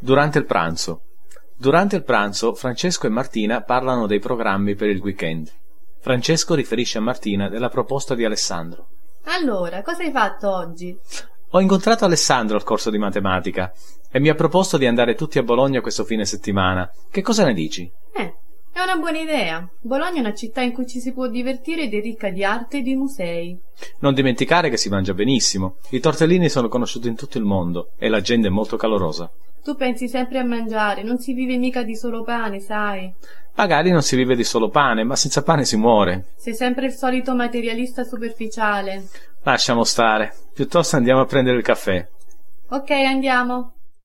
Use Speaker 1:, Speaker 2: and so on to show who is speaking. Speaker 1: Durante il pranzo. Durante il pranzo Francesco e Martina parlano dei programmi per il weekend. Francesco riferisce a Martina della proposta di Alessandro.
Speaker 2: Allora, cosa hai fatto oggi?
Speaker 1: Ho incontrato Alessandro al corso di matematica e mi ha proposto di andare tutti a Bologna questo fine settimana. Che cosa ne dici?
Speaker 2: Eh, è una buona idea. Bologna è una città in cui ci si può divertire ed è ricca di arte e di musei.
Speaker 1: Non dimenticare che si mangia benissimo. I tortellini sono conosciuti in tutto il mondo e la gente è molto calorosa.
Speaker 2: Tu pensi sempre a mangiare, non si vive mica di solo pane, sai.
Speaker 1: Magari non si vive di solo pane, ma senza pane si muore.
Speaker 2: Sei sempre il solito materialista superficiale.
Speaker 1: Lasciamo stare. Piuttosto andiamo a prendere il caffè.
Speaker 2: Ok, andiamo.